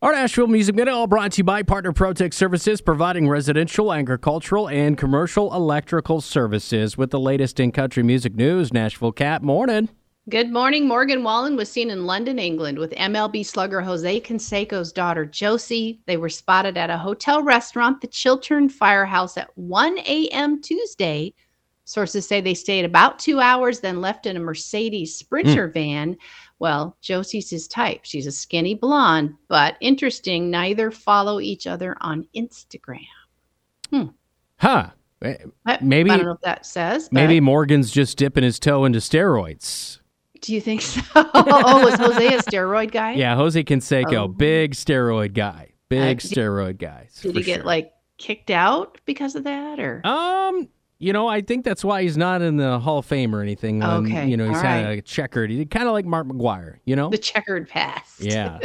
Our Nashville Music Minute, all brought to you by Partner Protect Services, providing residential, agricultural, and commercial electrical services. With the latest in country music news, Nashville Cat, morning. Good morning. Morgan Wallen was seen in London, England with MLB slugger Jose Canseco's daughter Josie. They were spotted at a hotel restaurant, the Chiltern Firehouse, at 1 a.m. Tuesday. Sources say they stayed about two hours, then left in a Mercedes Hmm. Sprinter van. Well, Josie's his type. She's a skinny blonde, but interesting, neither follow each other on Instagram. Huh. Eh, I- Maybe- I don't know if that says. but- Maybe Morgan's just dipping his toe into steroids. Do you think so? oh, was Jose a steroid guy? Yeah, Jose Canseco, Oh. big steroid guy. Big Uh, did- steroid guy. Did for he get sure. like kicked out because of that, or Um, you know, I think that's why he's not in the Hall of Fame or anything. When, Okay, You know, he's all kind of right. like checkered. He's kind of like Mark McGuire, you know? the checkered past? yeah.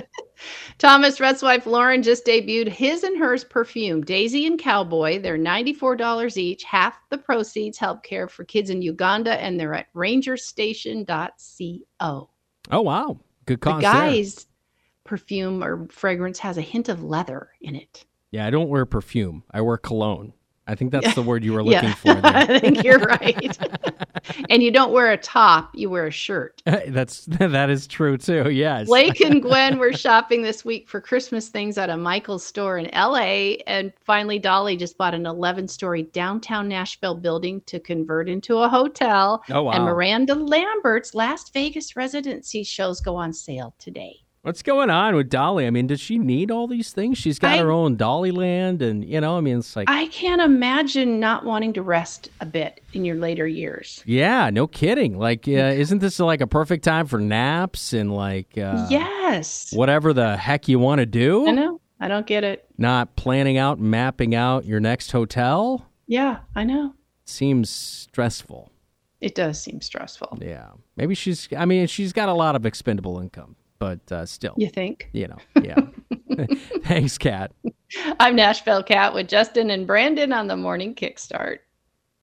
Thomas Rhett's wife Lauren just debuted his and hers perfume, Daisy and Cowboy. They're $94 each. Half the proceeds help care for kids in Uganda, and they're at rangerstation.co. Oh, wow. Good The cause there. guy's perfume or fragrance has a hint of leather in it. Yeah, I don't wear perfume. I wear cologne. I think that's the word you were looking yeah, for there. I think you're right. and you don't wear a top, you wear a shirt. that's that is true too. Yes. Blake and Gwen were shopping this week for Christmas things at a Michael's store in LA. And finally, Dolly just bought an 11 story downtown Nashville building to convert into a hotel. Oh wow. And Miranda Lambert's Las Vegas residency shows go on sale today. What's going on with Dolly? I mean, does she need all these things? She's got I- her own Dolly Land, and you know, I mean, it's like, I can't imagine not wanting to rest a bit in your later years. yeah, no kidding. Like, uh, isn't this like a perfect time for naps and like, uh, yes. whatever the heck you want to I do? know. I don't get it. Not planning out, mapping out your next hotel Yeah, I know. seems stressful. It does seem stressful. Yeah, maybe she's. I mean, she's got a lot of expendable income, but uh, still, You think? you know, yeah. Thanks, Kat. I'm Nashville Cat with Justin and Brandon on the morning kickstart.